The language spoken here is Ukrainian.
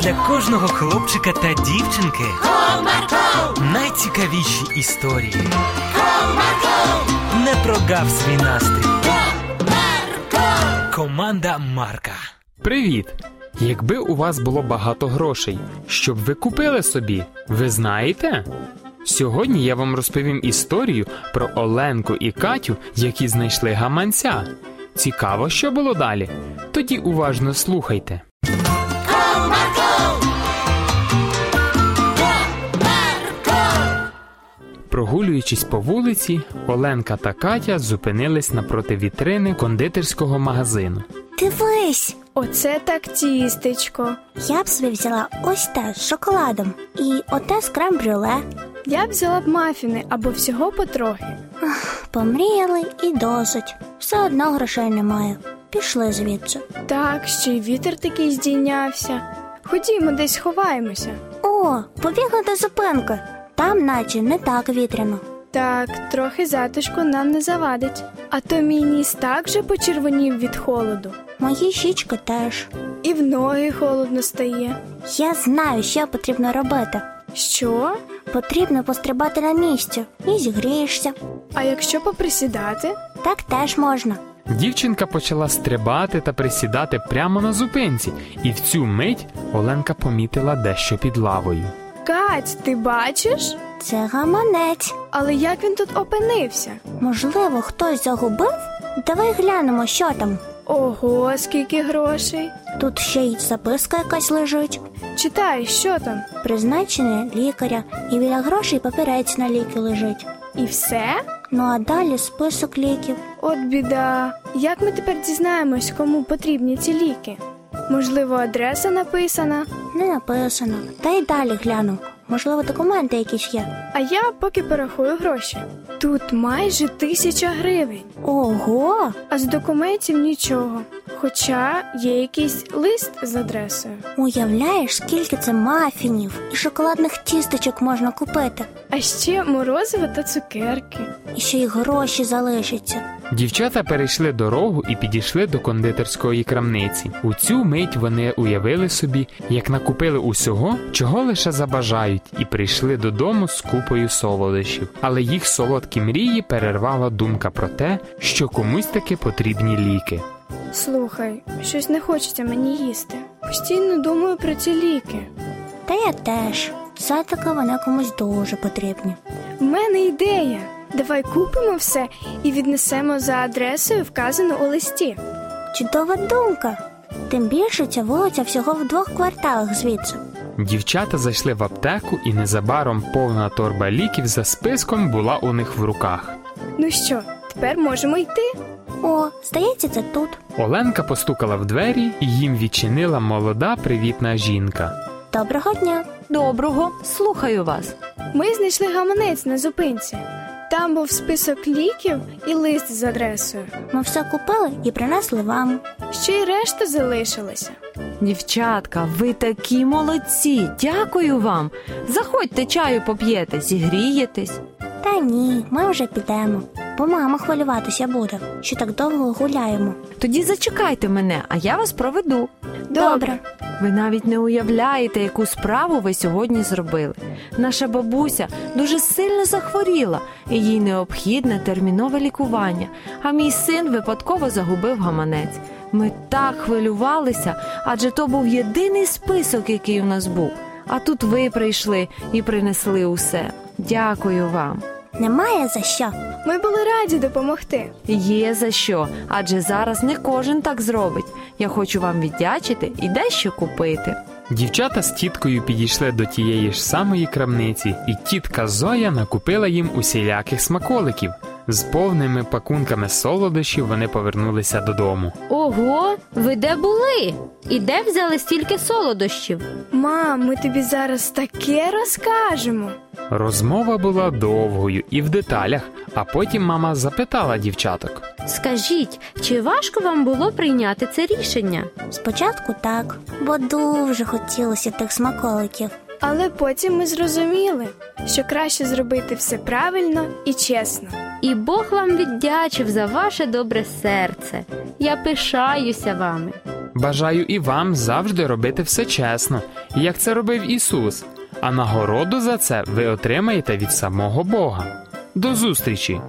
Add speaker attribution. Speaker 1: для кожного хлопчика та дівчинки
Speaker 2: Comarco,
Speaker 1: найцікавіші історії.
Speaker 2: comarco,
Speaker 1: Не прогав свій настрій.
Speaker 2: comarco.
Speaker 1: Команда Марка.
Speaker 3: Привіт! Якби у вас було багато грошей, щоб ви купили собі, ви знаєте? Сьогодні я вам розповім історію про Оленку і Катю, які знайшли гаманця. Цікаво, що було далі. Тоді уважно слухайте. Прогулюючись по вулиці, Оленка та Катя зупинились напроти вітрини кондитерського магазину.
Speaker 4: Дивись,
Speaker 5: Оце так тістечко.
Speaker 4: я б собі взяла ось те з шоколадом і оте з крем-брюле.
Speaker 5: Я б взяла б мафіни або всього потрохи.
Speaker 4: Помріяли і досить. Все одно грошей немає. Пішли звідси.
Speaker 5: Так, ще й вітер такий здійнявся. Ходімо, десь сховаємося.
Speaker 4: О, побігли до зупинки. Там наче не так вітряно.
Speaker 5: Так, трохи затишку нам не завадить. А то мій ніс так же почервонів від холоду.
Speaker 4: Мої щічки теж.
Speaker 5: І в ноги холодно стає.
Speaker 4: Я знаю, що потрібно робити.
Speaker 5: Що?
Speaker 4: Потрібно пострибати на місці і зігрієшся.
Speaker 5: А якщо поприсідати?
Speaker 4: Так теж можна.
Speaker 3: Дівчинка почала стрибати та присідати прямо на зупинці, і в цю мить Оленка помітила дещо під лавою.
Speaker 5: Кать, ти бачиш?
Speaker 4: Це гаманець.
Speaker 5: Але як він тут опинився?
Speaker 4: Можливо, хтось загубив? Давай глянемо, що там.
Speaker 5: Ого, скільки грошей.
Speaker 4: Тут ще й записка якась лежить.
Speaker 5: Читай, що там?
Speaker 4: призначення лікаря, і біля грошей папірець на ліки лежить.
Speaker 5: І все?
Speaker 4: Ну а далі список ліків.
Speaker 5: От біда. Як ми тепер дізнаємось, кому потрібні ці ліки? Можливо, адреса написана,
Speaker 4: Не написано. Та й далі гляну. Можливо, документи якісь є.
Speaker 5: а я поки порахую гроші. Тут майже тисяча гривень,
Speaker 4: Ого!
Speaker 5: а з документів нічого. Хоча є якийсь лист з адресою.
Speaker 4: Уявляєш, скільки це мафінів і шоколадних тістечок можна купити.
Speaker 5: А ще морозиво та цукерки.
Speaker 4: І ще й гроші залишаться.
Speaker 3: Дівчата перейшли дорогу і підійшли до кондитерської крамниці. У цю мить вони уявили собі, як накупили усього, чого лише забажають, і прийшли додому з купою солодощів. Але їх солодкі мрії перервала думка про те, що комусь таки потрібні ліки.
Speaker 5: Слухай, щось не хочеться мені їсти. Постійно думаю про ці ліки.
Speaker 4: Та я теж. Це таки вони комусь дуже потрібні.
Speaker 5: В мене ідея. Давай купимо все і віднесемо за адресою, вказано у листі.
Speaker 4: Чудова думка. Тим більше ця вулиця всього в двох кварталах звідси.
Speaker 3: Дівчата зайшли в аптеку, і незабаром повна торба ліків за списком була у них в руках.
Speaker 5: Ну що, тепер можемо йти?
Speaker 4: О, здається, це тут.
Speaker 3: Оленка постукала в двері, і їм відчинила молода привітна жінка.
Speaker 4: Доброго дня.
Speaker 6: Доброго, слухаю вас.
Speaker 5: Ми знайшли гаманець на зупинці. Там був список ліків і лист з адресою.
Speaker 4: Ми все купили і принесли вам.
Speaker 5: Ще й решта залишилася.
Speaker 6: Дівчатка, ви такі молодці. Дякую вам. Заходьте, чаю поп'єте, зігрієтесь.
Speaker 4: Та ні, ми вже підемо. Бо мама хвилюватися буде, що так довго гуляємо.
Speaker 6: Тоді зачекайте мене, а я вас проведу.
Speaker 4: Добре.
Speaker 6: Ви навіть не уявляєте, яку справу ви сьогодні зробили. Наша бабуся дуже сильно захворіла, і їй необхідне термінове лікування. А мій син випадково загубив гаманець. Ми так хвилювалися, адже то був єдиний список, який у нас був. А тут ви прийшли і принесли усе. Дякую вам.
Speaker 4: Немає за що.
Speaker 5: Ми були раді допомогти.
Speaker 6: Є за що, адже зараз не кожен так зробить. Я хочу вам віддячити і дещо купити.
Speaker 3: Дівчата з тіткою підійшли до тієї ж самої крамниці, і тітка Зоя накупила їм усіляких смаколиків. З повними пакунками солодощів вони повернулися додому.
Speaker 7: Ого, ви де були? І де взяли стільки солодощів?
Speaker 5: Мам, ми тобі зараз таке розкажемо.
Speaker 3: Розмова була довгою і в деталях, а потім мама запитала дівчаток.
Speaker 7: Скажіть, чи важко вам було прийняти це рішення?
Speaker 4: Спочатку так, бо дуже хотілося тих смаколиків.
Speaker 5: Але потім ми зрозуміли, що краще зробити все правильно і чесно.
Speaker 7: І Бог вам віддячив за ваше добре серце. Я пишаюся вами.
Speaker 3: Бажаю і вам завжди робити все чесно, як це робив Ісус. А нагороду за це ви отримаєте від самого Бога. До зустрічі!